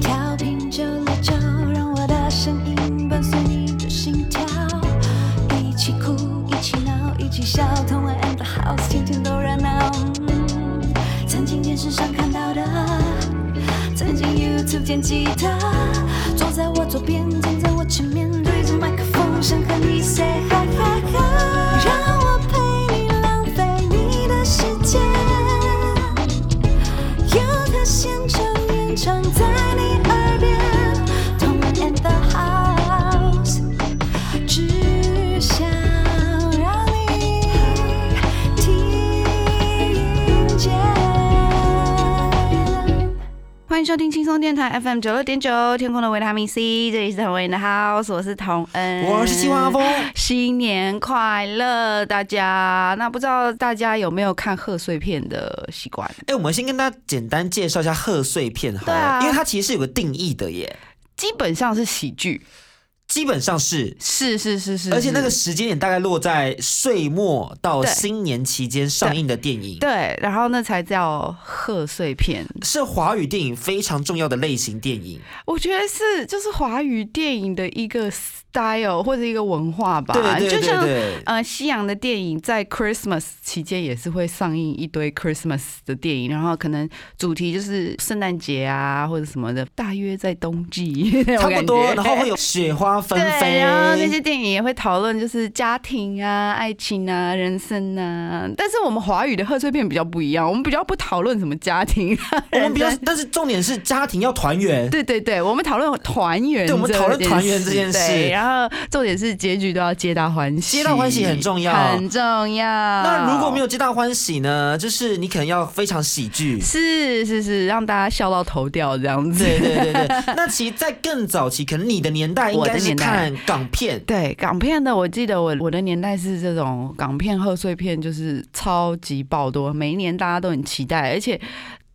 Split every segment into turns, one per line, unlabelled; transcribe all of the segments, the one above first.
调频九六九，让我的声音伴随你的心跳，一起哭，一起闹，一起笑，同爱 and the house，天天都热闹。嗯曾经电视上看到的，曾经 YouTube 见吉他，坐在我左边，站在我前面，对着麦克风，想和你 say hi hi hi，让我陪你浪费你的时间。有他现场演唱在你耳边，同安 and the house，只想让你听见。
欢迎收听轻松电台 FM 九六点九，天空的维他命 C，这里是童恩的 House，我是童恩，
我是希望阿峰。
新年快乐，大家！那不知道大家有没有看贺岁片的习惯？
哎、我们先跟大家简单介绍一下贺岁片好了，
对啊
因为它其实是有个定义的耶，
基本上是喜剧，
基本上是。
是是是是，
而且那个
是
时间点大概落在岁末到
对
新年期间上映的电影，
对，然后那才叫贺岁片。
是华语电影非常重要的类型电影。
我觉得是就是华语电影的一个 style 或者一个文化吧，
对对对
就像
对对，
呃，西洋的电影在 Christmas 期间也是会上映一堆 Christmas 的电影，然后可能主题就是圣诞节啊或者什么的，大约在冬季 那种
差不
感
多。
觉。
然后会有雪花纷
对，
飞，
然后那些电影也会讨论就是家庭啊、爱情啊、人生啊。但是我们华语的贺岁片比较不一样，我们比较不讨论什么家庭、啊、
我们比较
人生，
但是重点是家庭要团圆。
对对对，我们讨论团圆这件事，
对我们讨论团圆这件事
对然后重点是结局都要皆大欢喜，
皆大欢喜很重要
很重要。
那
那
如果没有皆大欢喜呢？就是你可能要非常喜剧。
是是是，让大家笑到头掉这样子。
对对对 对，那其实，在更早期，可能你的年代应
我的
该是
年代
看港片，
对港片的，我记得我我的年代是这种港片贺岁片，就是超级爆多，每一年大家都很期待，而且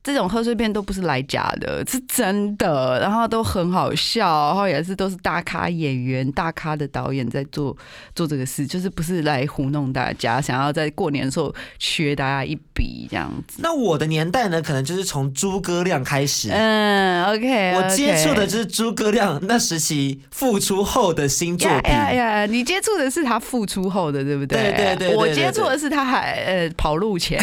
这种贺岁片都不是来假的，是真的，然后都很好笑，然后也是都是大咖演员、大咖的导演在做 做这个事，就是不是来糊弄大家，想要在过年的时候削大家一笔这样子。
那我的年代呢，可能就是从诸葛亮开始。
嗯，OK，
我接触的就是诸葛亮那时期复出后的新作
呀
品。
呀呀！你接触的是他复出后的，对不对？
对对对对对
我接触的是他还呃跑路 前，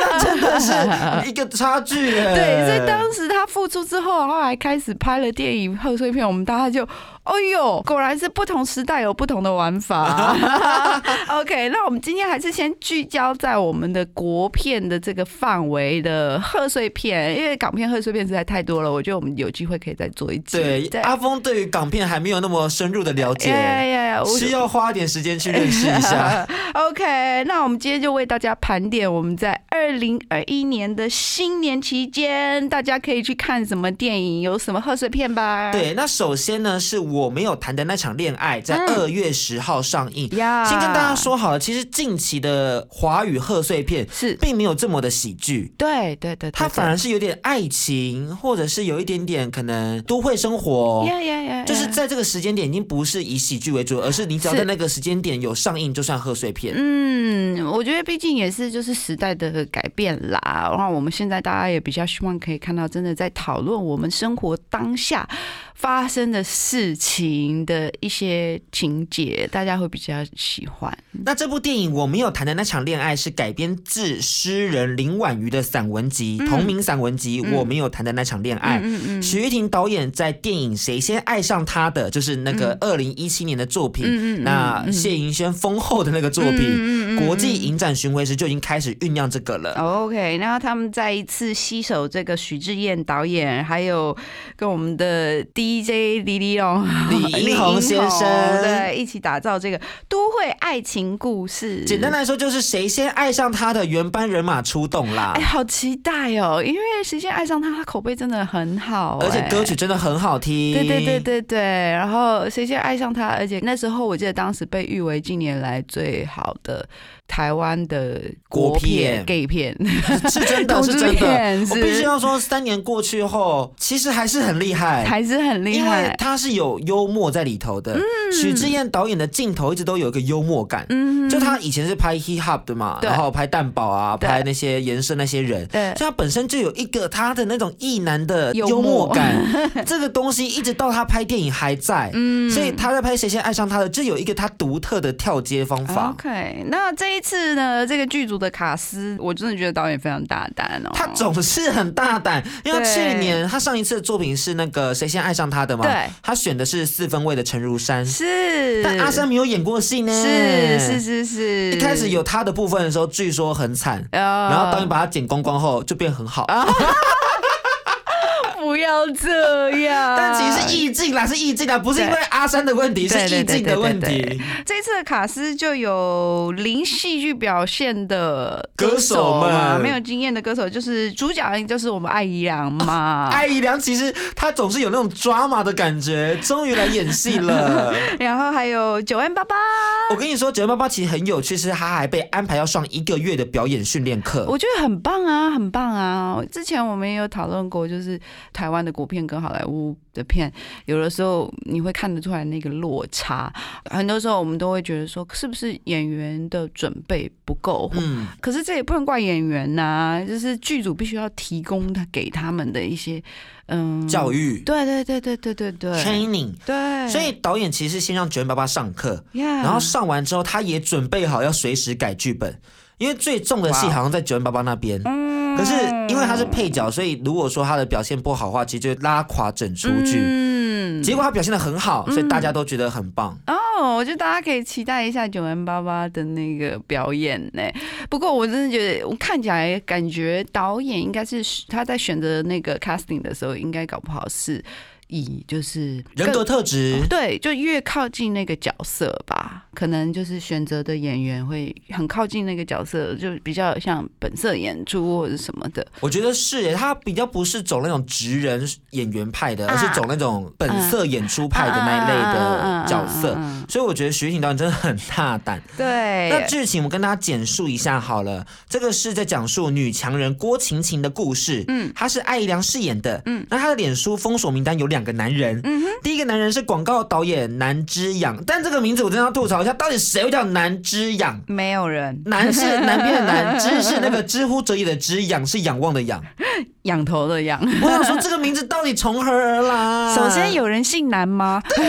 那真的 是一个差距耶。
对，所以当时他复出之后，然后还开始拍了电影贺岁片，我们大家就，哎呦，果然是不同时代有不同的玩 法。OK，那我们今天还是先聚焦在我们的国片的这个范围的贺岁片，因为港片贺岁片实在太多了，我觉得我们有机会可以再做一集。
对啊阿峰对于港片还没有那么深入的了
呀
解，
哎呀呀！我
需要花点时间去认识一 下。
OK，那我们今天就为大家盘点我们在二零二一年的新年期间，大家可以去看什么电影，有什么贺岁片吧。
对，那首先呢，是我没有谈的那场恋爱，
嗯
在二月十号上映。
呀，
先跟大家说好了，其实近期的华语贺岁片
是，
并没有这么的喜剧，
对对对，
它
对
反而是有点爱情，或者是有一点点可能都会生活
对。呀呀呀，
哦就是
呀。
在这个时间点，已经不是以喜剧为主，而是你只要
是
在那个时间点有上映，就算贺岁片。
嗯，我觉得毕竟也是就是时代的改变啦，然后我们现在大家也比较希望可以看到真的在讨论我们生活当下发生的事情的一些情节，大家会比较喜欢。
那这部电影我没有谈的那场恋爱是改编自诗人林婉瑜的散文集，同名散文集。我没有谈的那场恋爱，
嗯嗯
许玉婷导演在电影《谁先爱上他的》就是那个二零一七年的作品，
嗯嗯嗯嗯
那
嗯
谢盈萱丰厚的那个作品，国际影展巡回时就已经开始酝酿这个了。
哦 OK，然后他们再一次吸手这个许志燕导演，还有跟我们的 DJ 李李龙、
李英宏先生
对，一起打造这个都会爱情故事。
简单。来说，就是谁先爱上他的原班人马出动啦
哎，。好期待哦！因为《谁先爱上他》，他口碑真的很好、
而且
哎
歌曲真的很好听，
对对对对对，然后谁先爱上他？而且那时候我记得当时被誉为近年来最好的台湾的
国片
gay 片，
对，是真的，
同
是
志
真的
片。
我
是
必须要说，三年过去后，其实还是很厉害，
还是很厉
因为
害。
他是有幽默在里头的。许志燕导演的镜头一直都有一个幽默感。
嗯，
就他以前是拍 hip hop 的嘛，
对
然后拍蛋堡啊，
对
拍那些延伸那些人，
对
所以他本身就有一个他的那种意男的
幽
幽默
默
感， 这个东西一直到他拍电影还在，
嗯
所以他在拍《谁先爱上他的》就有一个他独特的跳接方
哦
法。
OK，那这一次呢，这个剧组的卡斯，我真的觉得导演非常大胆哦。
他总是很大胆，因为
对
去年他上一次的作品是那个《谁先爱上他的》嘛，
对
他选的是四分位的陈如珊，
是，
但阿山没有演过戏呢，
是是是是，哦
一开始有他的部分的时候，据说很惨，
呃，
然
然
后导演把他剪光光后就变很好，
啊不要这样，
但其实是意境啦，是意境啦，不是因为阿山的问题，是
对对
意境的问
对对对
题。
这次的卡斯就有零戏剧表现的
歌手
嘛，
们
没有经验的歌手，就是主角就是我们艾怡良嘛。
艾姨良其实她总是有那种 drama 的感觉，终于来演戏 了。
然后还有九万八八，
我跟你说，九幺八八其实很有趣，是她还被安排要上一个月的表演训练课。
我觉得很棒啊，很棒啊！之前我们也有讨论过，就是台湾的国片跟好莱坞的片，有的时候你会看得出来那个落差。很多时候我们都会觉得说，是不是演员的准备不够，
嗯，
可是这也不能怪演员呐、就是剧组必须要提供他给他们的一些嗯
教
育。
育、
对对对对对对对
training，
对，
所以导演其实先让九幺八八上课，
yeah,
然后上完之后，他也准备好要随时改剧本，因为最重的戏
哇哦
好像在九幺八八那边。
嗯
可是因为他是配角，所以如果说他的表现不好的话，其实就拉垮整出剧。
嗯，
结果他表现的很好，所以大家都觉得很棒。
哦，我觉得大家可以期待一下九零八八的那个表演呢。不过我真的觉得，我看起来感觉导演应该是他在选择那个 casting 的时候，应该搞不好是以就是
人格
更
特质，
对，就越靠近那个角色吧，可能就是选择的演员会很靠近那个角色，就比较像本色演出或者什么的。
我觉得是耶，他比较不是走那种职人演员派的，
啊
而是走那种本色演出派的那一类的角
嗯嗯
色。
嗯嗯嗯
所以我觉得徐锦导演真的很大胆。那
对，
剧情我跟大家简述一下好了，这个是在讲述女强人郭晴晴的故事。嗯，她是艾怡良饰演的。嗯，那她的脸书封锁名单有两个男人。嗯第一个男人是广告导演南之仰，但这个名字我真的要吐槽一下，到底谁会叫南之仰？
没有人
南是南边的南，知是那个知乎者也的知，仰是仰望的仰。
仰头的仰。
我想说这个名字到底从何而来？
首先有呃人姓南 吗？
是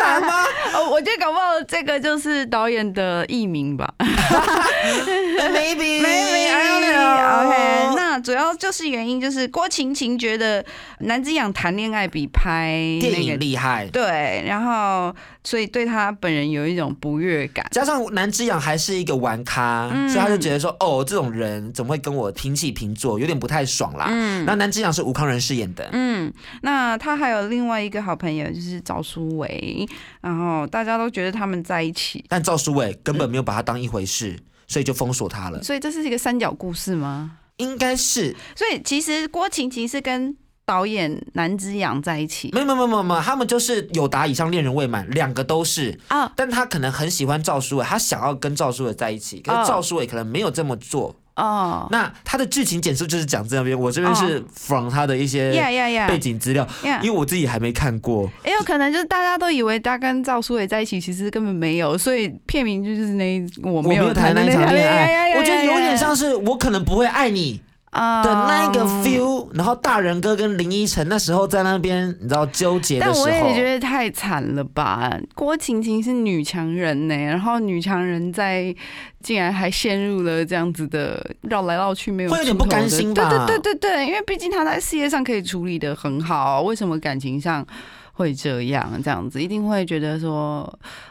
男吗？
哦，我觉得搞不好这个就是导演的艺名 吧。
Maybe,
哎
I don't know.
OK，那主要就是原因就是郭晴晴觉得南之仰谈恋爱比拍那个
电影厉害，
对，然后所以对他本人有一种不悦感。
加上南之仰还是一个玩咖，所以他就觉得说，哦，这种人怎么会跟我平起平坐，有点不太爽啦。嗯，那南之仰是吴康仁饰演的，
嗯，那他还有另外一个好朋友就是赵书维，然后大家都觉得他们在一起，
但赵书伟根本没有把他当一回事，所以就封锁他了。
所以这是一个三角故事吗？
应该是
所以其实郭晴晴是跟导演南之阳在一起
没有没有没有没有没有，他们就是有达以上恋人未满，两个都是。
啊、
但他可能很喜欢赵书伟，他想要跟赵书伟在一起，可
哦
是赵书伟可能没有这么做。
哦，
那他的剧情简述就是讲这边，我这边是 from 他的一
呀
些
呀呀
背景资料，
呀
呃因为我自己还没看过。
也哎有可能就是大家都以为他跟赵书伟在一起，其实根本没有，所以片名就是那我
我
没有
谈
那哎
那一场恋爱，我觉得有点像
的
是我可能不会爱你
啊
的
哦
那个 feel。然后大人哥跟林依晨那时候在那边，你知道纠结
但
的时
我也觉
候，
得太惨了吧！郭晴晴是女强人呢、然后女强人在竟然还陷入了这样子的绕来绕去没有
会有点
出头
不甘
的
心吧
对对对对对，因为毕竟她在事业上可以处理的很好，为什么感情上会这样？这样子一定会觉得说，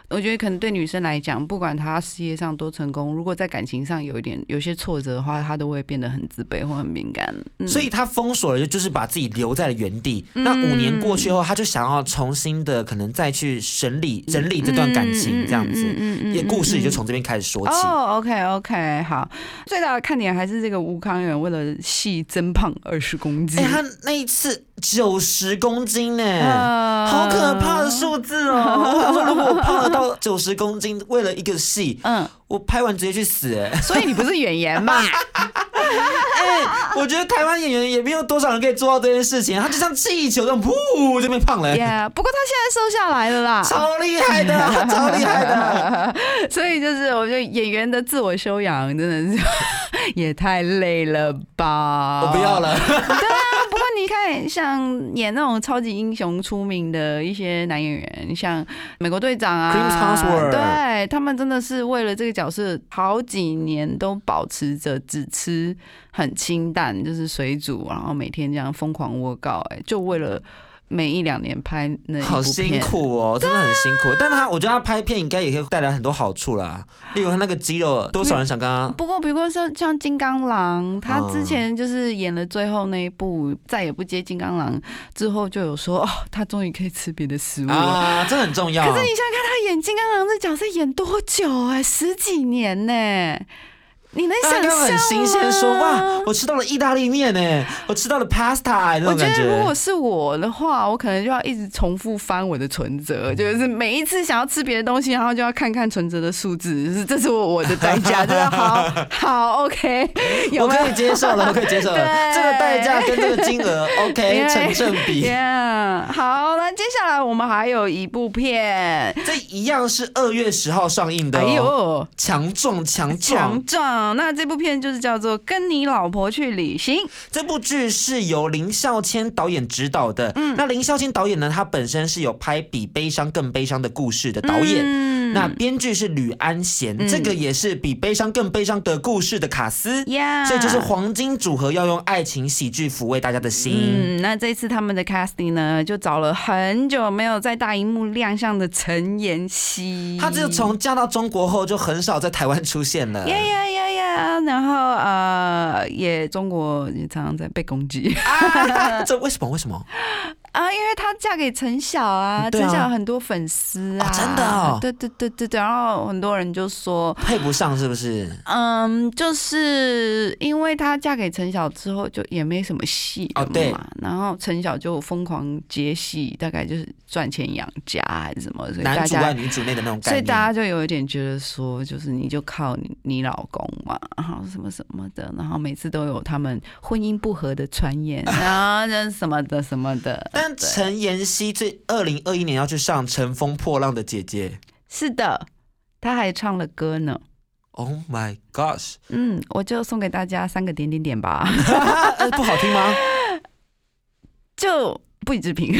我觉得可能对女生来讲，不管她事业上多成功，如果在感情上有一点有些挫折的话，她都会变得很自卑或很敏感。嗯、
所以他封锁了，就是把自己留在了原地。那五年过去后，他就想要重新的，可能再去审理整理这段感情，这样子。
嗯
也故事也就从这边开始说起。
哦、o k OK，好，最大的看点还是这个吴康远为了戏增胖二十公斤
哎、，他那一次九十公斤呢、
呃
嗯好可怕的，数字哦！我想说，如果我胖了到九十公斤，为了一个戏，
嗯，
我拍完直接去死、哎
所以你不是演员嘛？
哎、 我觉得台湾演员也没有多少人可以做到这件事情，他就像气球这样，噗就变胖了。欸
Yeah，不过他现在瘦下来了啦，
超厉 害的，超厉害
哦
的！
所以就是我觉得演员的自我修养真的是 也太累了吧。
我不要
了。
了，
对啊，不过你看，像演那种超级英雄出名的一些男演员，像美国队长
Chris
啊
Hemsworth
对他们真的是为了这个角色，好几年都保持着只吃很清淡，就是水煮，然后每天这样疯狂 work out，哎、就为了每一两年拍那一部片
好辛。苦哦，真的很辛苦。但他，我觉得他拍片应该也可以带来很多好处啦，例如他那个肌肉，多少人想跟他
不过，比如说像像金刚狼，他之前就是演了最后那一部，再也不接金刚狼之后，就有说哦，他终于可以吃别的食物了。
啊，这很重要。
嗯可是你想想看，他演金刚狼这角色演多久哎、十几年呢、你能
大
想啊
家
象
都
吗？
很新鲜，说哇，我吃到了意大利面呢，我吃到了 pasta 哎那
我
种
觉
感
得如果
觉。
是我的话，我可能就要一直重复翻我的存折，
嗯
就是每一次想要吃别的东西，然后就要看看存折的数字，就是这是我我的代价，就是 好好 OK，有
我
没
可
有
以接受了，我可以接受了，
对
这个代价跟这个金额 OK
对
成正 比。
？Yeah，好，啊那接下来我们还有一部片，
这一样是二月十号上映的、
哎呦，
哦，强壮强壮
强。壮。那这部片就是叫做《跟你老婆去旅行》。
这部剧是由林孝谦导演执导的。嗯，那林孝谦导演呢，他本身是有拍《比悲伤更悲伤的故事》的导演。
嗯
那编剧是吕安贤，这个也是比悲伤更悲伤的故事的卡斯，
呀
所以就是黄金组合要用爱情喜剧抚慰大家的心。
嗯，那这次他们的 casting 呢，就找了很久没有在大荧幕亮相的陈妍希。
他自从嫁到中国后，就很少在台湾出现了。
呀呀呀呀，然后呃，也中国也常常在被攻击
啊这为什么？为什么？
啊，因为她嫁给陈晓啊，
对
陈
啊
晓有很多粉丝啊，
哦真的哦
对对对对对，然后很多人就说，
配不上是不是？
嗯，就是因为她嫁给陈晓之后，就也没什么戏了
哦对
嘛。然后陈晓就疯狂接戏，大概就是赚钱养家还是什么，所以大
男主外
家，
女主内的那种
所以
感
大家
觉。
就有一点觉得说，就是你就靠你你老公嘛，然后什么什么的，然后每次都有他们婚姻不和的传言，然后那什么的什么的。
但
对
陈妍希最二零二一年要去上《乘风破浪的姐姐
是的，他还唱了歌呢。》
，Oh my gosh！
嗯，我就送给大家三个点点点吧，
呃不好听吗？
就不予置评。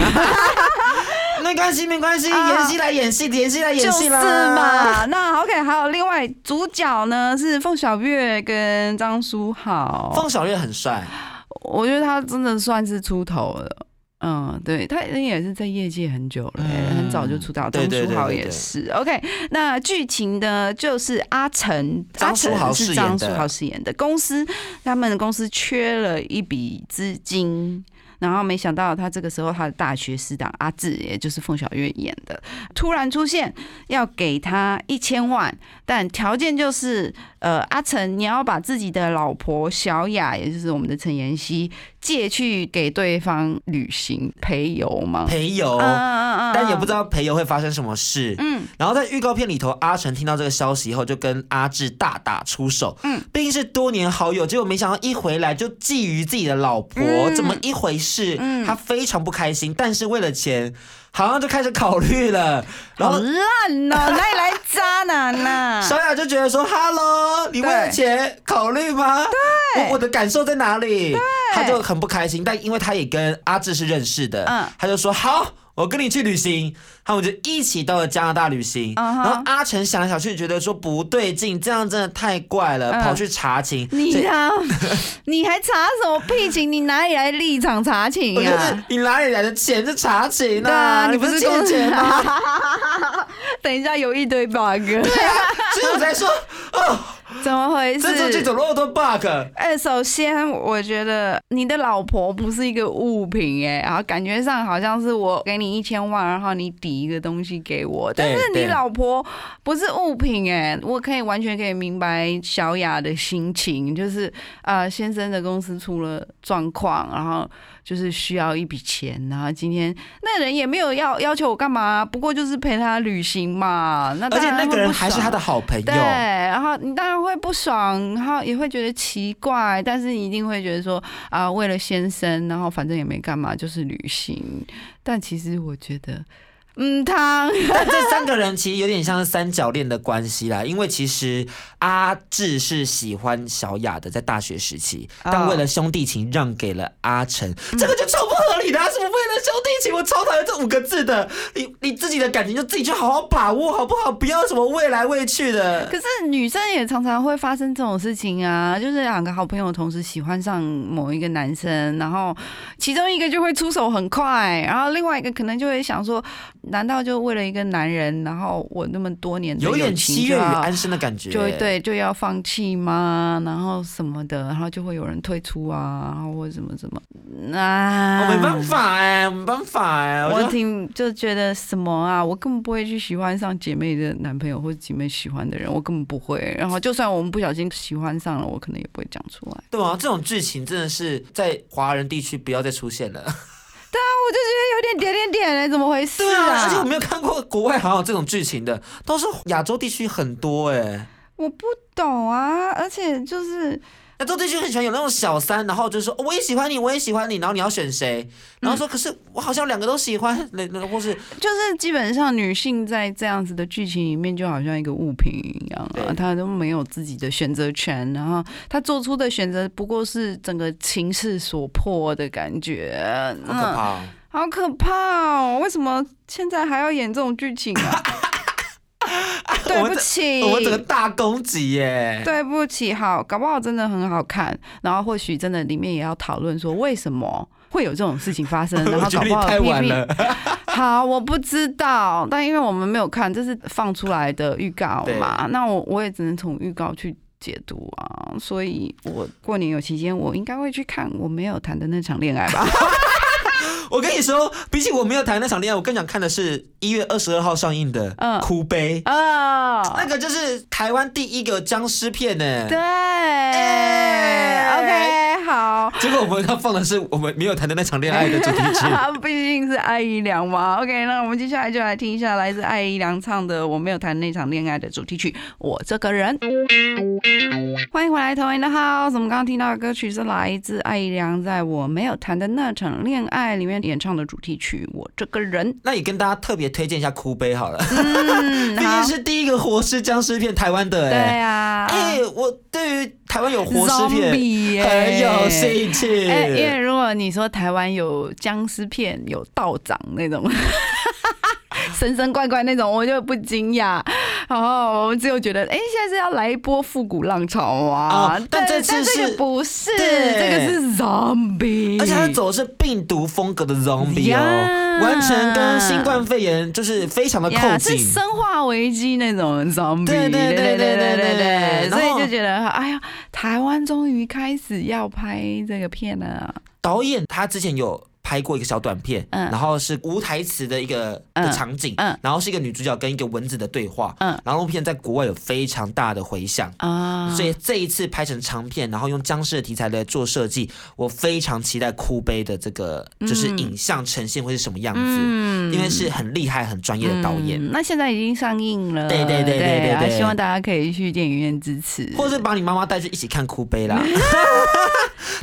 没关系，没关系，
啊
妍希来演戏，妍希来
就
演戏
是
啦。
嘛，那 OK，还有另外主角呢是凤小岳跟张书豪，
方小月很帅，
啊我觉得他真的算是出头了。嗯，对，他也是在业界很久了、
嗯
很早就出道。张
对对
书
对
豪
对
也
对
是。OK，那剧情呢，就是阿成，阿
张书
成
豪饰
是
演
张书
的
豪饰演的公司，他们的公司缺了一笔资金，然后没想到他这个时候他的大学师长阿志，也就是凤小岳演的，突然出现，要给他一千万，但条件就是，呃，阿成你要把自己的老婆小雅，也就是我们的陈妍希，借去给对方旅行陪游吗？
裴友，
嗯
但也不知道裴友会发生什么事。嗯，然后在预告片里头，阿成听到这个消息以后，就跟阿志大打出手。嗯，毕竟是多年好友，结果没想到一回来就觊觎自己的老婆，怎么一回事？他非常不开心，但是为了钱，好像就开始考虑了。然
好
后
烂哦，哪里来渣男呐、
小雅就觉得说：“Hello，你为了钱考虑吗？对，我我的感受在哪里？”她就很不开心，但因为她也跟阿志是认识的，
嗯
她就说：“好，我跟你去旅行。”他们就一起到了加拿大旅行。
嗯哼
然后阿成想来想去，觉得说不对劲，这样真的太怪了，
嗯
跑去查情。所
你
以
啊，你还查什么屁情？你哪里来立场查情
我觉
啊
得？你哪里来的钱是查情
对啊，
你
你
不
不
是
是
欠
公
钱吗？
等一下有一堆 bug，
对啊，所以我 才说，哦，
怎么回事？
这出剧怎么那么多 bug？
哎、首先我觉得你的老婆不是一个物品、哎，然后感觉上好像是我给你一千万，然后你抵一个东西给我，
对
但是你
对
老婆不是物品、哎，我可以完全可以明白小雅的心情，就是呃，先生的公司出了状况，然后就是需要一笔钱，然后今天那人也没有要要求我干嘛，不过就是陪他旅行嘛，那
而
当
且
然
那
会
个人
不
还是
爽啊
他的好朋友
对，。然后你当然会不爽，然后也会觉得奇怪，但是一定会觉得说啊，为了先生，然后反正也没干嘛，就是旅行。但其实我觉得，嗯， 他
但这三个人其实有点像是三角恋的关系啦，因为其实阿志是喜欢小雅的，在大学时期，但为了兄弟情让给了阿成，这个就超不合理的、啊，什么为了兄弟情，我超讨厌这五个字的。你你自己的感情就自己去好好把握，好不好？不要什么未来未去的。
可是女生也常常会发生这种事情啊，就是两个好朋友同时喜欢上某一个男生，然后其中一个就会出手很快，然后另外一个可能就会想说，难道就为了一个男人，然后我那么多年的
有点
友情
七
就
月与
要
安生的感觉，
就会对就要放弃吗？然后什么的，然后就会有人退出啊，然后或者什么什么，
我、
啊，
没办，法哎、我没办法哎、我
我
就
挺就觉得什么啊，我根本不会去喜欢上姐妹的男朋友或者姐妹喜欢的人，我根本不会。然后就算我们不小心喜欢上了，我可能也不会讲出 来。
对啊，这种剧情真的是在华人地区不要再出现了。
我就觉得有点点点点嘞，怎么回事
对啊，而且我没有看过国外好像有这种剧情的，都是亚洲地区很多哎、
我不懂啊，而且就是
亚洲地区很喜欢有那种小三，然后就说、哦我也喜欢你，我也喜欢你，然后你要选谁？然后说、可是我好像两个都喜欢，那那或是
就是基本上女性在这样子的剧情里面，就好像一个物品一样啊
对，
她都没有自己的选择权，然后她做出的选择不过是整个情势所迫的感觉，
好可怕、哦。
嗯，好可怕哦！为什么现在还要演这种剧情啊？对
我
不
们
起，
我们整个大攻击耶！
对不起，好，搞不好真的很好看，然后或许真的里面也要讨论说为什么会有这种事情发生，嗯然
我
后
觉
搞
得你
不好
太晚
P
了
P。好，我不知道，但因为我们没有看，这是放出来的预告嘛，那我我也只能从预告去。解读啊，所以我过年有期间，我应该会去看我没有谈的那场恋爱吧。
我跟你说，比起我没有谈那场恋爱，我更想看的是一月二十二号上映的《
嗯
哭悲》，
啊、
那个就是台湾第一个僵尸片欸呢。
对、o k 好，
结果我们要放的是我们没有谈的那场恋爱的主题曲。
啊毕竟是艾怡良嘛。OK，那我们接下来就来听一下来自艾怡良唱的《我没有谈那场恋爱》的主题曲《我这个人》。欢迎回来，同一的 house。我们刚刚听到的歌曲是来自艾怡良在《我没有谈的那场恋爱》里面演唱的主题曲《我这个人》。
那也跟大家特别推荐一下《哭悲》好了，
嗯，
毕
好
竟，是第一个活尸僵尸片，台湾的
对
哎、
啊，
哎、我对于台湾有活尸片
Zombie 耶
很有兴趣。
哎、因为如果你说台湾有僵尸片、有道长那种，神神怪怪那种，我就不惊讶。然后我只有觉得，哎、现在是要来一波复古浪潮啊！
哦但
对
这
但
次
这
是
个不是，
对
这个是 zombie，
而且它走的是病毒风格的 zombie
呀
哦完全跟新冠肺炎就是非常的
呀
靠
是
近。
生化危机那种 zombie，
对对对
对
对对
对对
对
对，所
然后
以就觉得，哎呀，台湾终于开始要拍这个片了。
导演他之前有拍过一个小短片，
嗯
然后是无台词的一个、
嗯
的场景，
嗯
然后是一个女主角跟一个蚊子的对话，
嗯
然后片在国外有非常大的回响。
啊，
所以这一次拍成长片，然后用僵尸的题材来做设计，我非常期待哭悲的这个就是影像呈现会是什么样子，
嗯
因为是很厉害、很专业的导演，
嗯那现在已经上映了，
对对对对对
啊
对
希望大家可以去电影院支持。
或是把你妈妈带去一起看哭 悲啦。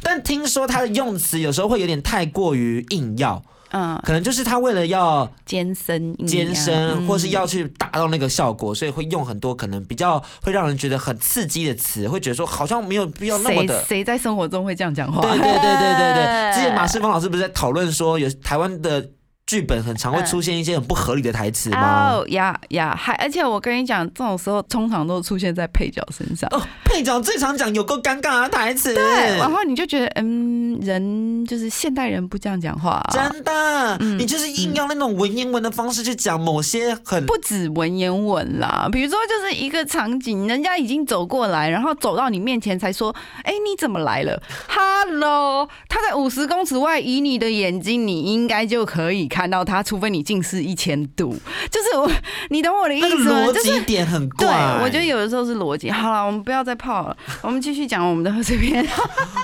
但听说他的用词有时候会有点太过于硬要，
嗯，
可能就是他为了要
尖身一样
艰深，
嗯
或是要去达到那个效果，所以会用很多可能比较会让人觉得很刺激的词，会觉得说好像没有必要那么
谁
的。
谁在生活中会这样讲话？
对哦哎对对 对对对，之前马世芳老师不是在讨论说，有台湾的剧本很常会出现一些很不合理的台词吗？
哦呀呀，还而且我跟你讲，这种时候通常都出现在配角身上。
哦，配角最常讲有够尴尬的台词，
对，然后你就觉得，嗯，人就是现代人不这样讲话，啊
真的，
嗯
你就是硬要那种文言文的方式去讲某些很
不止文言文啦，比如说就是一个场景，人家已经走过来，然后走到你面前才说：“哎、你怎么来了？”Hello，他在五十公尺外，以你的眼睛，你应该就可以看到他，除非你近视一千度。就是我，你懂我的意
那个
思吗？
逻
就是。
辑点很
对
怪，，
我觉得有的时候是逻辑。好了，我们不要再泡了，我们继续讲我们的贺岁片。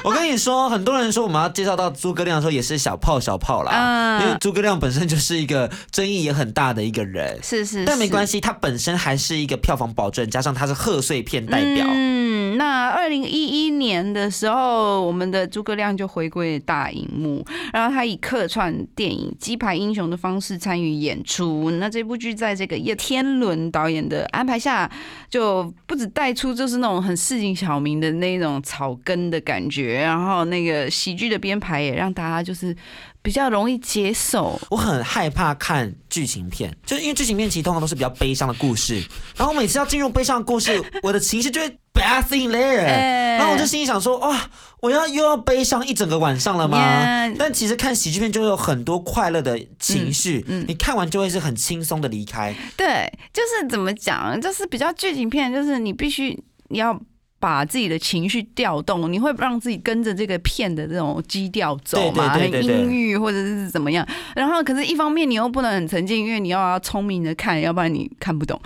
我跟你说，很多人说我们要介绍到诸葛亮的时候，也是小炮小炮啦，
嗯
因为诸葛亮本身就是一个争议也很大的一个人。
是是
但没关
系，
系，他本身还是一个票房保证，加上他是贺岁片代表，
嗯那二零一一年的时候，我们的诸葛亮就回归大荧幕，然后他以客串电影《鸡排英雄》的方式参与演出。那这部剧在这个叶天伦导演的安排下，就不止带出就是那种很市井小民的那种草根的感觉，然后那个喜剧的编排也让大家就是比较容易接受。
我很害怕看剧情片，就是因为剧情片其实通常都是比较悲伤的故事，然后每次要进入悲伤的故事，我的情绪就会 passing there，、
哎
然后我就心里想说，哇、我要又要悲伤一整个晚上了吗
Yeah
但其实看喜剧片就有很多快乐的情绪，
嗯嗯
你看完就会是很轻松的离开，
对，就是怎么讲，就是比较剧情片，就是你必须你要把自己的情绪调动，你会让自己跟着这个片的这种基调走嘛，
对对对对对
很阴郁或者是怎么样。然后，可是一方面你又不能很沉浸，因为你要要聪明的看，要不然你看不懂，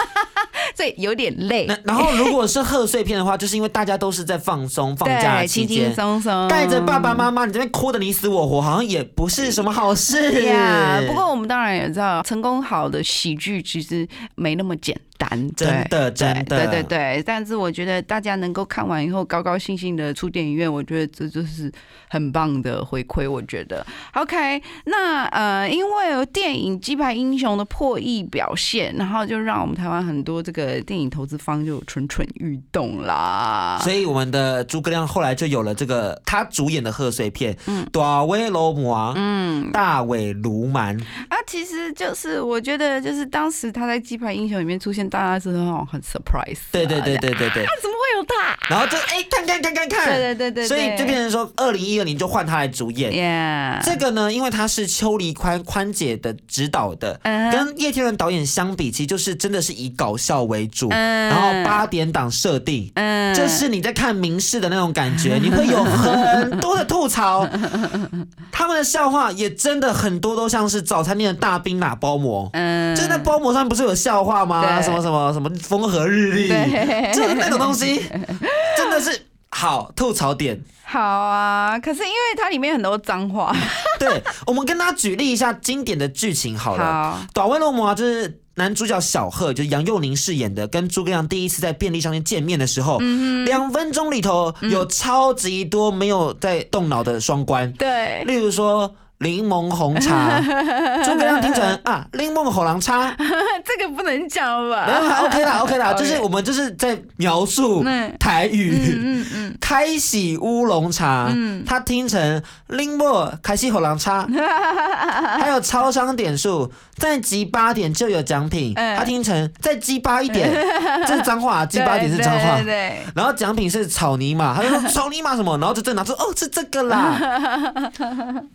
所以有点累。
那然后如果是贺岁片的话，就是因为大家都是在放松放假
对，
的期
轻轻
间。
松松，
带着爸爸妈妈，你这边哭的你死我活，好像也不是什么好事。
呀。不过我们当然也知道，成功好的喜剧其实没那么简单，对
真的
对
真的
对对对。但是我觉得大家能够看完以后高高兴兴的出电影院，我觉得这就是很棒的回馈。我觉得 OK，那呃，因为电影《鸡排英雄》的破亿表现，然后就让我们台湾很多这个电影投资方就蠢蠢欲动啦。
所以我们的诸葛亮后来就有了这个他主演的贺岁片，嗯，大尾罗马，嗯，大尾卢蛮，
啊，其实就是我觉得，就是当时他在《鸡排英雄》里面出现，大家是那种很 surprise，啊
对对对对 对对，
怎么会有他？
然后就哎、看看看看看，
对对对对，
所以就变成说二零一二年就换他来主演。
yeah，
这个呢，因为他是邱黎宽宽姐的指导的，
嗯
跟叶天伦导演相比，其实就是真的是以搞笑为主，
嗯
然后八点档设定，
嗯
就是你在看明视的那种感觉，你会有很多的 吐槽。他们的笑话也真的很多都像是早餐店的大冰拿包膜，
嗯
就是那包膜上不是有笑话吗？
对
什么什么什么风和日丽，
对
就是那种东 西，真的是好吐槽点。
好啊，可是因为它里面很多脏话，
对，我们跟大家举例一下经典的剧情好了。
好，
短位落幕啊，就是男主角小贺，就是杨佑宁饰演的，跟诸葛亮第一次在便利商店见面的时候，两分钟里头有超级多没有在动脑的双关，
对，
例如说。柠檬红茶，诸葛亮听成啊，柠檬红狼叉，
这个不能讲
然后
吧？
还 OK 啦，OK 啦，
OK
就是我们就是在描述
嗯
台语，
嗯嗯，
开喜乌龙茶，他听成拎莫开喜火 狼叉，还有超商点数，再积八点就有奖品，
嗯
他听成再积八一 点，这是脏话，积八点是脏话
对对。对，
然后奖品是草泥马，他就说草泥马什么，然后就正拿出哦是这个啦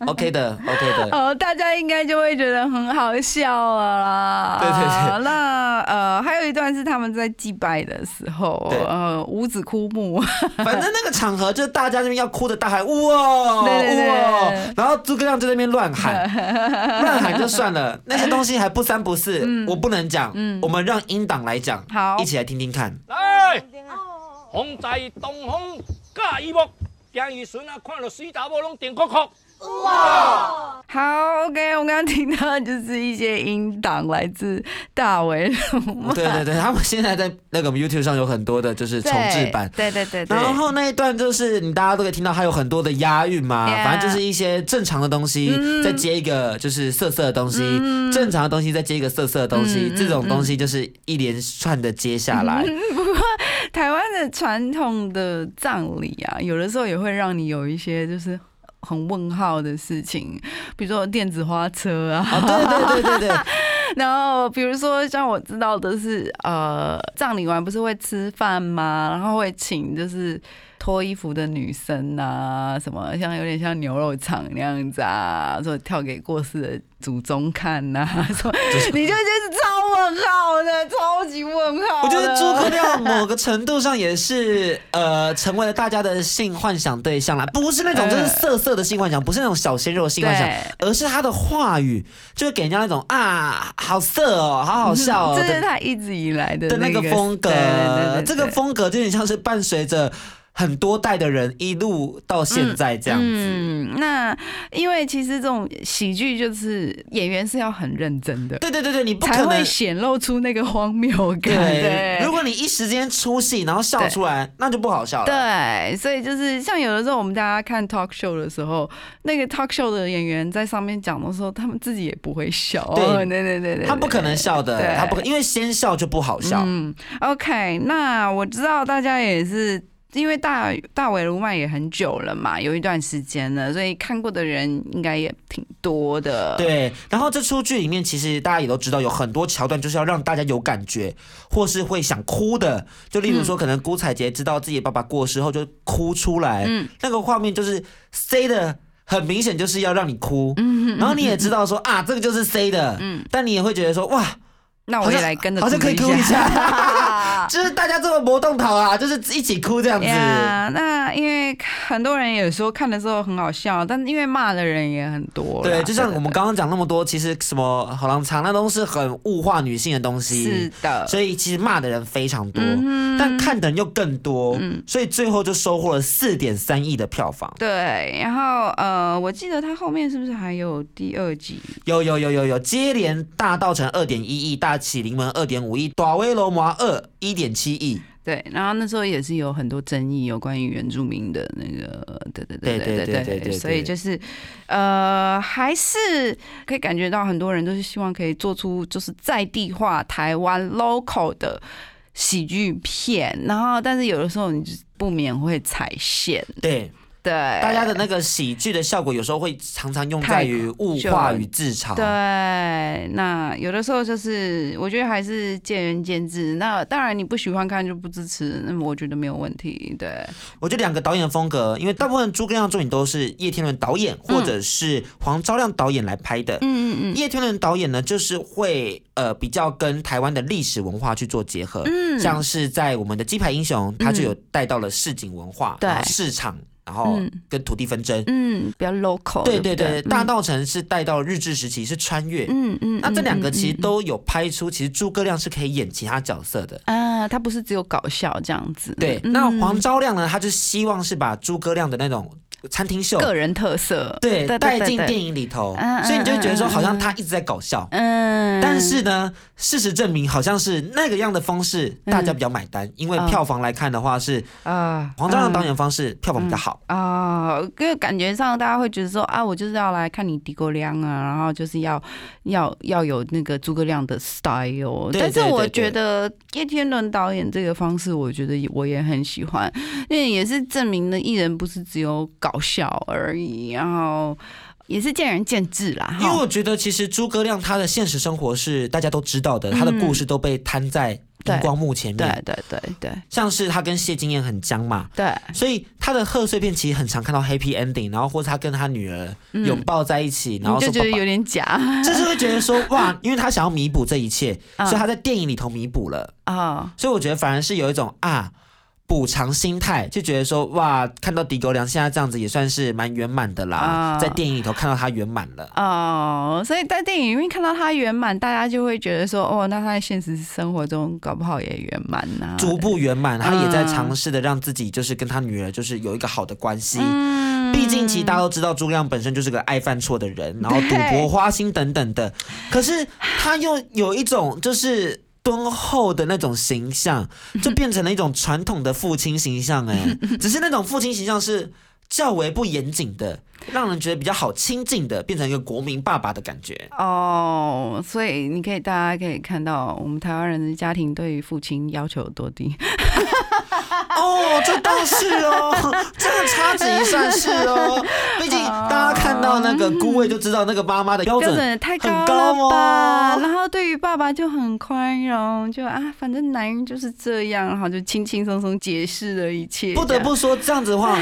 ，OK 的 OK 的，
哦，大家应该就会觉得很好笑了啦。
对对对
那呃，还有一段是他们在祭拜的时候，
对
呃，五子枯木，
反正那个场合就是大家这边要哭的大喊哇
对对对
哇，然后诸葛亮就在那边 乱喊，乱喊就算了，那些东西还不三不四，我不能讲，我们让英党来讲，
嗯好
一起来听听看。
来，风在东风驾雨木，行渔船啊，看到水达某拢定国国。
好，OK，我们刚刚听到的就是一些音档来自大为
对对对，他们现在在那个 YouTube 上有很多的就是重置版。
对对对对，
然后那一段就是你大家都可以听到，它有很多的押韵嘛
Yeah 嗯
反正就是一些正常的东西，再接一个就是色色的东西，正常的东西再接一个色色的东
嗯
西，这种东西就是一连串的接下来。
台湾的传统的葬礼啊，有的时候也会让你有一些就是很问号的事情，比如说电子花车啊，
哦，对对对对对，
然后比如说像我知道的是，呃，葬礼完不是会吃饭吗？然后会请就是脱衣服的女生啊，什么像有点像牛肉场那样子啊，说跳给过世的祖宗看呐、啊， 说你就觉得超问号的，超级问号的。
我觉得诸葛亮某个程度上也是呃，成为了大家的性幻想对象啦，不是那种就是色色的性幻想，不是那种小鲜肉的性幻想
对，
而是他的话语就会给人家那种啊，好色哦，好好 笑哦
这
的
是他一直以来的
的那
个
个风格
对对对对，
这个风格就有点像是伴随着。很多代的人一路到现在这样子。
嗯，那因为其实这种喜剧就是演员是要很认真的，
对对对对，你不
才
可
会
能。
显露出那个荒谬感。
对
对，
如果你一时间出戏，然后笑出来，那就不好笑了。
对，所以就是像有的时候我们大家看 talk show 的时候，那个 talk show 的演员在上面讲的时候，他们自己也不会笑。
对
哦 对对对对，
他不可能笑的，
对
他不可，因为先笑就不好笑。
嗯，OK，那我知道大家也是。因为大大伟卢曼也很久了嘛，有一段时间了，所以看过的人应该也挺多的。，
对，然后这出剧里面，其实大家也都知道，有很多桥段就是要让大家有感觉，或是会想哭的。就例如说，可能辜彩杰知道自己爸爸过世后就哭出来，
嗯
那个画面就是塞的。很明显就是要让你哭，
嗯
然后你也知道说啊，这个就是塞的，但你也会觉得说哇，
那我也来跟着
好像可以哭一下
下
就是大家这么搏动逃啊，就是一起哭这样子。
呀那因为很多人也说看的时候很好笑，但因为骂的人也很多啦。
对，就像我们刚刚讲那么多，其实什么好狼藏那都是很物化女性的东西，呃
是的，嗯
所以其实骂的人非常多，但看的人又更多，所以最后就收获了四点三亿的票房。
对。然后呃，我记得他后面是不是还有第二集？
有有有有有，接连大道城二点一亿，大起临门二点五亿，短威罗摩二一点七亿。
对，然后那时候也是有很多争议，有关于原住民的那个，对对
对对
对
对对
对
对
所以就是，呃，还是可以感觉到很多人都是希望可以做出就是在地化、台湾 local 的喜剧片，然后但是有的时候你就不免会踩线，
对，
对，
大家的那个喜剧的效果有时候会常常用在
太
于物
就
化与自嘲。
对，那有的时候就是，我觉得还是见仁见智。那当然，你不喜欢看就不支持，那么我觉得没有问题。对，
我觉得两个导演风格，因为大部分诸葛亮作品都是叶天伦导演或者是黄昭亮导演来拍的。
嗯嗯嗯，
叶天伦导演呢，就是会呃比较跟台湾的历史文化去做结合，
嗯
像是在我们的鸡排英雄，他就有带到了市井文化、
嗯对
然后市场，然后
嗯
跟土地纷争。
嗯，比较 local
对
对不。
对对，
嗯
大道城是带到日治时期是穿越，
嗯嗯，
那这
嗯
两个
嗯
其实
嗯
都有拍出，其实诸葛亮是可以演其他角色的。
啊，他不是只有搞笑这样子。
对，
嗯
那黄昭亮呢，他就希望是把诸葛亮的那种餐厅秀。
个人特色，
对，带进电
影，
影里头，
嗯
所以你就会觉得说，
嗯嗯
好像他一直在搞笑，
嗯，
但是呢，事实证明好像是那个样的方式，
嗯
大家比较买单，因为票房来看的话是
啊，
黄章亮
嗯。
导演的方式票房比较好。
啊，因为感觉上大家会觉得说啊，我就是要来看你诸葛亮啊，然后就是要要要有那个诸葛亮的 style。
对
但是
对
我
对
觉得叶天伦导演这个方式，我觉得我也很喜欢，因为也是证明了艺人不是只有搞笑而已，然后也是见仁见智啦。
因为
哈，
我觉得其实诸葛亮他的现实生活是大家都知道的，他的故事都被摊在荧光幕前
嗯对
面，
对对对
像是他跟谢金燕很僵嘛。
对，
所以他的贺岁片其实很常看到 happy ending，然后或者他跟他女儿拥抱在一起，然后
你嗯就
说
觉得
爸爸
有点假
就是会觉得说哇，因为他想要弥补这一切，
嗯
所以他在电影里头弥补了。
啊。
所以我觉得反而是有一种啊补偿心态，就觉得说哇，看到狄狗良现在这样子也算是蛮圆满的啦，
啊
在电影里头看到他圆满了。
哦，所以在电影里面看到他圆满，大家就会觉得说，哦，那他在现实生活中搞不好也圆满呐。
逐步圆满，他也在
嗯
尝试的让自己就是跟他女儿就是有一个好的关系。
嗯
毕竟，其实大家都知道诸葛亮本身就是个爱犯错的人，然后赌博、
对
花心等等的。可是他又有一种就是敦厚的那种形象，就变成了一种传统的父亲形象、哎，只是那种父亲形象是较为不严谨的，让人觉得比较好亲近的，变成一个国民爸爸的感觉。
哦，所以你可以，大家可以看到我们台湾人的家庭对于父亲要求有多低。
哦，这倒是哦， 这个差值也算是哦。 毕竟大家看到那个姑位就知道那个妈妈的标
标
准。
准太
很
高
高
了吧？
哦
然后对于爸爸就很宽容，就啊，反正男人就是这样，然后就轻轻松松解释了一切。
不得不说，这样子的话，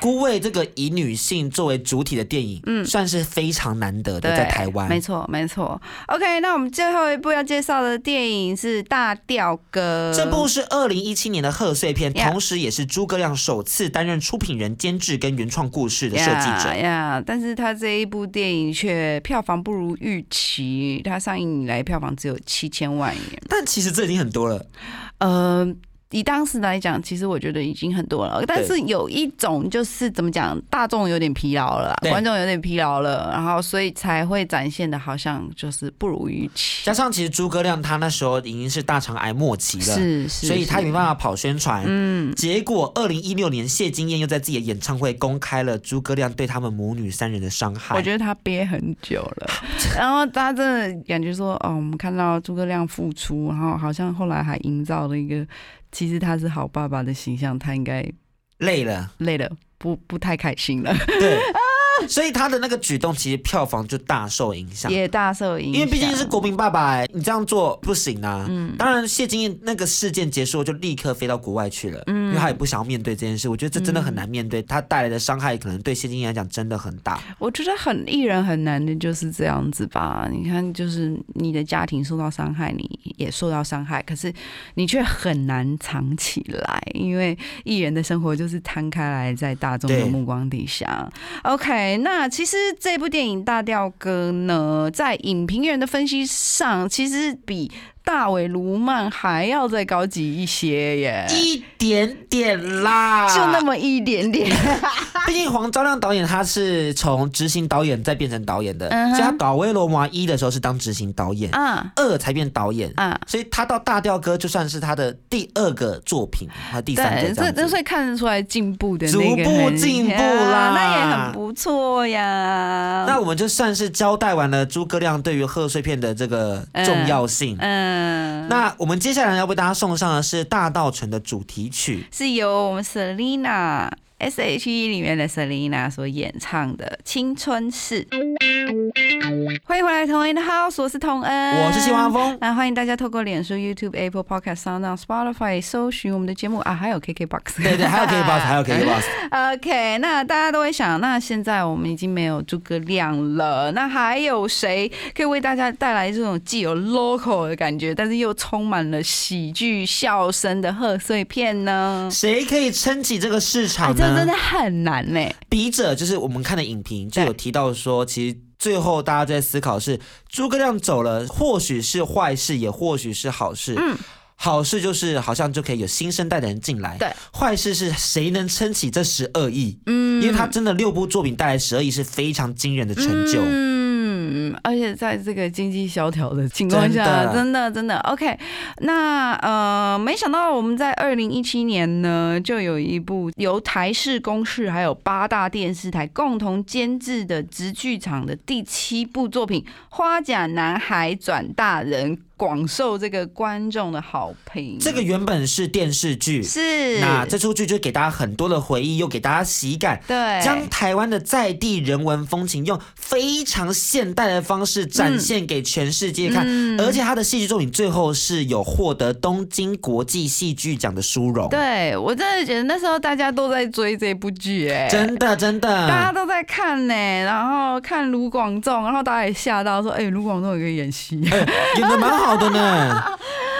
孤味这个以女性作为主体的电影，嗯，算是非常难得的，
对
在台湾。
没错，没错。OK，那我们最后一部要介绍的电影是《大调歌》。
这部是二零一七年的贺岁片，
Yeah
同时也是诸葛亮首次担任出品人、监制跟原创故事的设计者。
呀但是他这一部电影却票房不如预期，他上映以来票房只有七千万元。
但其实这已经很多了，
呃，以当时来讲，其实我觉得已经很多了，但
对
是有一种就是怎么讲，大众有点疲劳了啦，
对
观众有点疲劳了，然后所以才会展现的好像就是不如预期
加。上其实诸葛亮他那时候已经是大肠癌末期了，
是是，
所以他
是
没办法跑宣传。嗯，结果二零一六年，谢金燕又在自己的演唱会公开了诸葛亮对他们母女三人的伤害。
我觉得他憋很久了，然后他真的感觉说，哦，我们看到诸葛亮付出，然后好像后来还营造了一个，其实他是好爸爸的形象，他应该
累了，
累了，不不太开心 了，
对，所以他的那个举动其实票房就大受影响。
也大受影响，
因为毕竟是国民爸爸、哎，你这样做不行啊。
嗯
当然谢金燕那个事件结束后就立刻飞到国外去了，
嗯
因为他也不想要面对这件事。我觉得这真的很难面对，他带来的伤害可能对谢金燕来讲真的很大。
我觉得很艺人很难的就是这样子吧。你看，就是你的家庭受到伤害，你也受到伤害，可是你却很难藏起来，因为艺人的生活就是摊开来在大众的
对
目光底下。OK，那其实这部电影《大调歌》呢，在影评人的分析上，其实比。大尾卢曼还要再高级 一些耶，
一点点啦，
哎就那么一点点。
毕竟黄昭亮导演他是从执行导演再变成导演的，
嗯哼
所以他搞《威罗摩一》的时候是当执行导演，
啊
二才变导演，
啊，
所以他到《大调歌》就算是他的第二个作品，还有第三
对，
个这
这
样
这
子。
所以看得出来进步的
逐
那个
步
痕
进
迹
步啦
啊那也很不错呀。
那我们就算是交代完了诸葛亮对于贺岁片的这个重要性。
嗯，
那我们接下来要为大家送上的是《大道城》的主题曲。
是由我们 Selina S.H.E 里面的 Selina 所演唱的《青春事》。欢迎回来，同恩的 House，我是同恩，
我是谢 华峰，
那欢迎大家透过脸书、YouTube、Apple Podcast、Sound On、Spotify 搜寻我们的节目啊，还有 KKBox。
对对，还有 K boss，还有 K boss。
哎 OK，那大家都会想，那现在我们已经没有诸葛亮了，那还有谁可以为大家带来这种既有 local 的感觉，但是又充满了喜剧笑声的贺岁片呢？
谁可以撑起这个市
哎，
场
这真
呢
的？很难呢、
笔者就是我们看的影评就有提到说，其实最后大家就在思考是诸葛亮走了，或许是坏事，也或许是好事。嗯。好事就是好像就可以有新生代的人进来，
对。
坏事是谁能撑起这十二亿？嗯，因为他真的六部作品带来十二亿是非常惊人的成就。
嗯，而且在这个经济萧条的情况下，真
真
的真的 OK 那。呃，没想到我们在二零一七年呢，就有一部由台视、公视还有八大电视台共同监制的直剧场的第七部作品《花甲男孩转大人》，广受这个观众的好评。
这个原本是电视剧，
是
那这出剧就给大家很多的回忆，又给大家喜感，
对
将台湾的在地人文风情用非常现代的方式展现给全世界看，
嗯
而且他的戏剧作品最后是有获得东京国际戏剧奖的殊荣，
对我真的觉得那时候大家都在追这部剧、哎，
真的真
大家
的。
都在看呢、然后看卢广仲，然后大家也吓到说：“哎、卢广仲有个演戏。
哎演的蛮好的呢，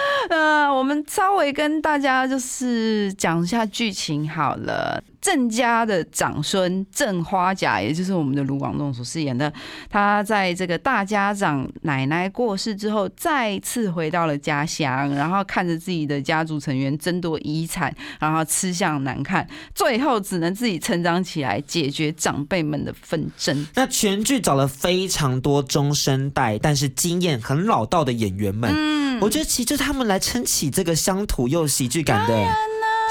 呃，我们稍微跟大家就是讲一下剧情好了。郑家的长孙郑花甲，也就是我们的卢广仲所饰演的，他在这个大家长奶奶过世之后，再次回到了家乡，然后看着自己的家族成员争夺遗产，然后吃相难看，最后只能自己成长起来，解决长辈们的纷争。
那全剧找了非常多中生代，但是经验很老道的演员们，
嗯
我觉得其实就是他们来撑起这个乡土又有喜剧感的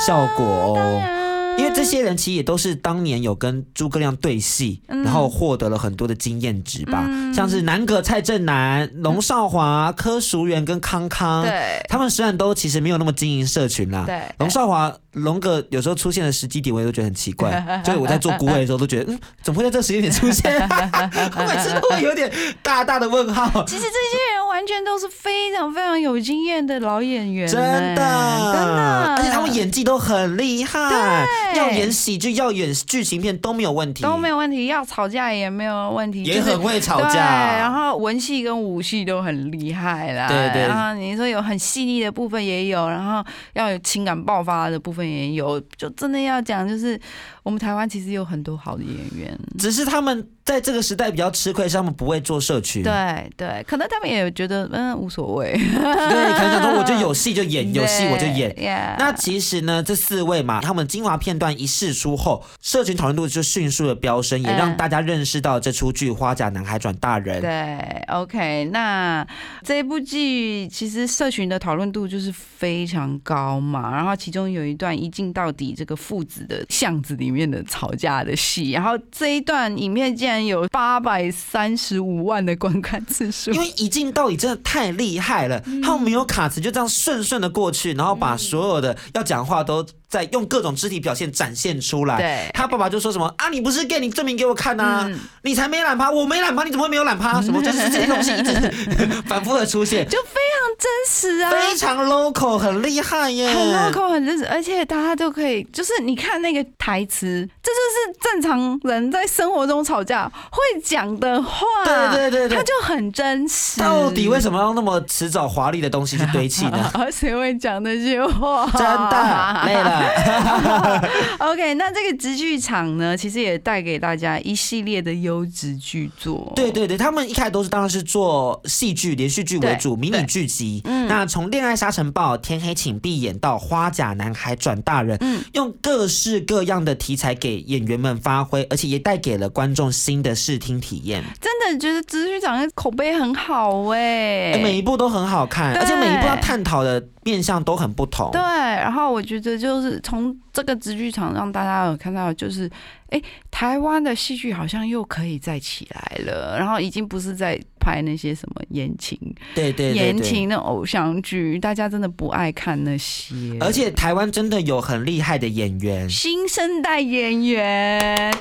效果哦。
嗯
因为这些人其实也都是当年有跟诸葛亮对戏，
嗯
然后获得了很多的经验值吧，像是南葛、蔡正南、龙少华、柯淑媛跟康康，
对
他们虽然都其实没有那么经营社群啦。
对，
龙少华、龙哥有时候出现的时机点，我也都觉得很奇 怪。就是我在做孤位的时候，都觉得，嗯，怎么会在这个时间点出现？啊 我每次都会有点大大的 问号。
其实这些人完全都是非常非常有经验的老演员、
真的，真
哎真的，
而且他们演技都很厉害，
对
要演喜剧，要演剧情片都没有问题，
都没有问题，要吵架也没有问题，
也
就是
很会吵
对，然
架。
后文戏跟武戏都很厉害啦。
对对
然后你说有很细腻的部分也有，然后要有情感爆发的部分也有，就真的要讲，就是我们台湾其实有很多好的演员。
只是他们在这个时代比较吃亏，是他们不会做社群。
对对，可能他们也觉得嗯无所谓，
对，可能想说我就有戏就演，有戏我就演。
对，yeah
那其实呢，这四位嘛，他们精华片段一释出后，社群讨论度就迅速的飙升，也让
嗯
大家认识到这出剧《花甲男孩转大人》。
对，OK，那这部剧其实社群的讨论度就是非常高嘛，然后其中有一段一镜到底这个父子的巷子里面的吵架的戏，然后这一段影片竟然有八百三十五万的观看次 数
因。为一镜到底真的太厉害了，他们没有卡词，就这样顺顺的过去，然后把所有的要讲话都在用各种肢体表现展现出来。
对
他爸爸就说什么啊，你不是 gay，你证明给我看啊，
嗯
你才没懒趴，我没懒趴，你怎么会没有 懒趴？什么就是这些东西一直 反复的出现，
就非常真实啊，
非常 local，很厉害耶，
很 local，很真实，而且大家都可以，就是你看那个台词，这就是正常人在生活中吵架会讲的话，
对对对对
啊他就很真实。
到底为什么要那么迟早华丽的东西去堆砌 呢？
啊，谁会讲那些话？
真 的累了，
OK，那这个直剧场呢，其实也带给大家一系列的优质剧作。
对对对，他们一开始都是当然是做戏剧、连续剧为主，
对嗯
迷你剧集。那从《恋爱沙尘暴》《天黑请闭眼》到《花甲男孩转大人》，
嗯
用各式各样的题材给演员们发挥，而且也带给了观众新的视听体验。
真的觉得直剧场的口碑很好哎、
哎每一部都很好看，
对
而且每一部要探讨的面向都很不同
对，。然后我觉得就是从这个直剧场让大家有看到，就是哎、台湾的戏剧好像又可以再起来了，然后已经不是在拍那些什么言情、
对对对
言
对。
情的偶像剧，大家真的不爱看那些，
而且台湾真的有很厉害的演员，
新生代演员。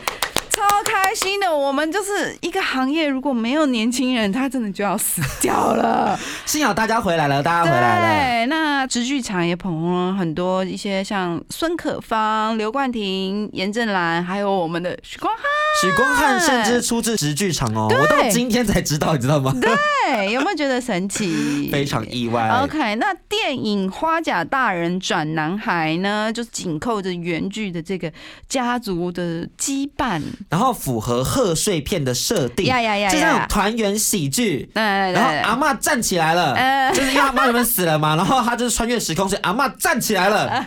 超开心的，我们就是一个行业，如果没有年轻人，他真的就要 死掉了。
幸好大家回来了，大家回来了。
对，那直剧场也捧红了很多一些像孙可芳、刘冠廷、严正兰，还有我们的许光汉。
许光汉甚至出自直剧场哦，
对
我到今天才知道，你知道吗？
对，有没有觉得神奇？
非常意外。
OK，那电影《花甲大人转男孩》呢，就紧扣着原剧的这个家族的羁绊，
然后符合贺岁片的设定，
呀呀呀
就像
呀！
团圆喜剧。
对对
然后
对
阿嬷站起来了，
哎
就是因为阿嬷原本 死了嘛，然后她就是穿越时空，所以阿嬷站起来了，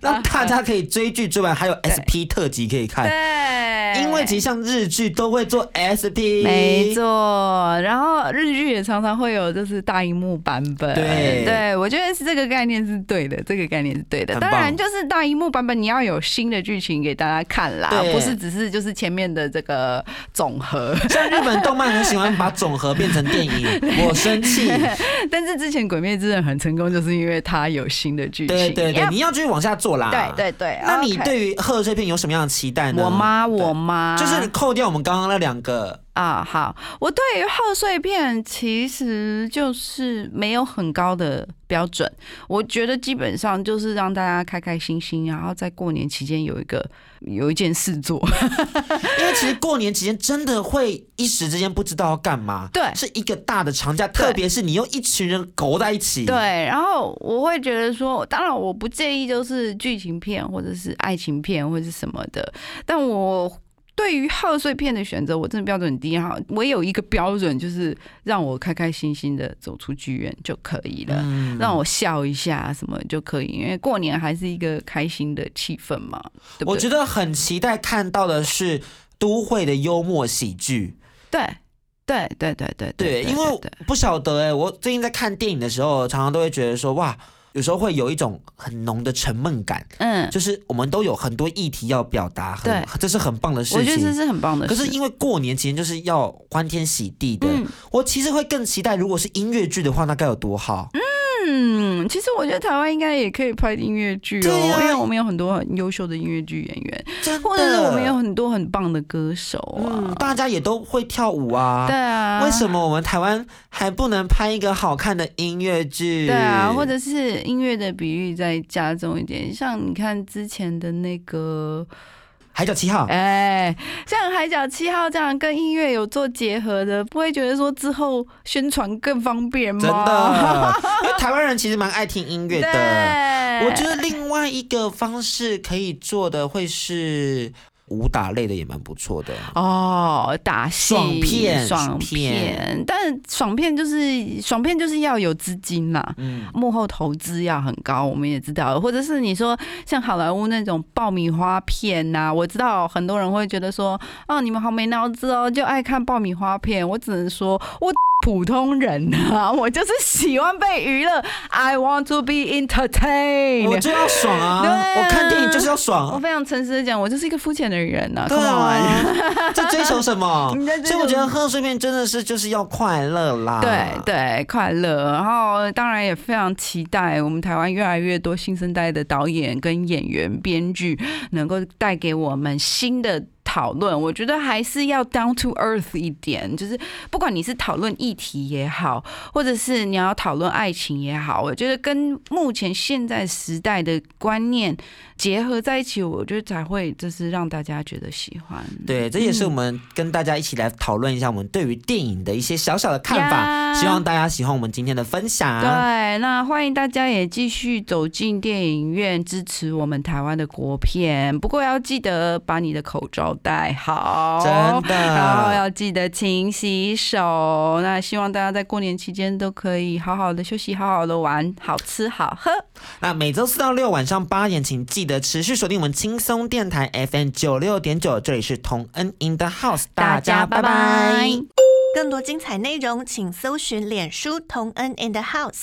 让大家可以追剧追完，还有 SP 特辑可以看，
对，
因为其实像日剧都会做 SP，
没错，然后日剧也常常会有就是大荧幕版本，
对
我觉得是这个概念是对的，这个概念是对的。
很
当
棒
然，就是大荧幕版本你要有新的剧情给大家看啦，
对
不是只是就是前面的这个总和。
像日本动漫很喜欢把总和变成电影，我生气，
但是之前《鬼灭之刃》很成功，就是因为它有新的剧情。
对对对，
呀
你要继续往下做啦。
对。对对。
那你
OK
对于贺岁片有什么样的期待呢？
我妈我
对
妈
就是扣掉我们刚刚那两个，
啊，好，我对于贺岁片其实就是没有很高的标准，我觉得基本上就是让大家开开心心，然后在过年期间有一个有一件事做，
因为其实过年期间真的会一时之间不知道要干嘛，
对
是一个大的长假，
对
特别是你又一群人勾在一起，
对，，然后我会觉得说，当然我不介意就是剧情片或者是爱情片或者是什么的，但我。对于贺岁片的选择，我真的标准很低哈。我有一个标准，就是让我开开心心的走出剧院就可以了。
嗯，
让我笑一下什么就可以，因为过年还是一个开心的气氛嘛，对不
我觉
对？
得很期待看到的是都会的幽默喜剧，
对对对对对
对，因为
对
不晓得哎、我最近在看电影的时候，常常都会觉得说哇。有时候会有一种很浓的沉闷感，
嗯，
就是我们都有很多议题要表达，很
对
这是很棒的事情。
我觉得这是很棒的
可
事。
是因为过年期间就是要欢天喜地的，
嗯
我其实会更期待，如果是音乐剧的话，那该有多好。
嗯，其实我觉得台湾应该也可以拍音乐剧哦，
对啊
因为我们有很多很优秀的音乐剧演员，
真的，
或者是我们有很多很棒的歌手
嗯，
啊。
大家也都会跳舞啊
对。啊，
为什么我们台湾还不能拍一个好看的音乐剧？
对啊，或者是音乐的比喻再加重一点，像你看之前的那个
海角七号》
哎，像《海角七号》这样跟音乐有做结合的，不会觉得说之后宣传更方便吗？
真的，因为台湾人其实蛮爱听音乐
对，
的。我觉得另外一个方式可以做的会是，武打类的也蛮不错的。
哦，打戏
爽片
爽
爽片
但爽片就是爽片就是要有资金啦，
嗯
幕后投资要很高，我们也知道，或者是你说像好莱坞那种爆米花片呐、我知道很多人会觉得说，哦，你们好没脑子哦，就爱看爆米花片，我只能说我。普通人啊，我就是喜欢被娱乐，I want to be entertained。
我就要爽 啊！
对啊
我看电影就是要
我
爽。啊
非常诚实的讲，我就是一个肤浅的人呐、啊。
对
Come on
啊，在追求什么
你在？追求
所以我觉得贺岁片真的是就是要快乐啦。
对对，快乐。然后当然也非常期待我们台湾越来越多新生代的导演、跟演员、编剧，能够带给我们新的。讨论，我觉得还是要 down to earth 一点，就是不管你是讨论议题也好，或者是你要讨论爱情也好，我觉得跟目前现在时代的观念结合在一起，我觉得才会就是让大家觉得喜欢。
对，这也
嗯
是我们跟大家一起来讨论一下我们对于电影的一些小小的看
呀
法，希望大家喜欢我们今天的分享。
对，那欢迎大家也继续走进电影院，支持我们台湾的国片。不过要记得把你的口罩戴好，
真的
然后要记得勤洗手。那希望大家在过年期间都可以好好的休息，好好的玩，好吃好喝。
那每周四到六晚上八点，请记得持续锁定我们轻松电台 FM 九六点九，这里是同恩 in the house，大家拜拜。
更多精彩内容，请搜寻脸书同恩 in the house。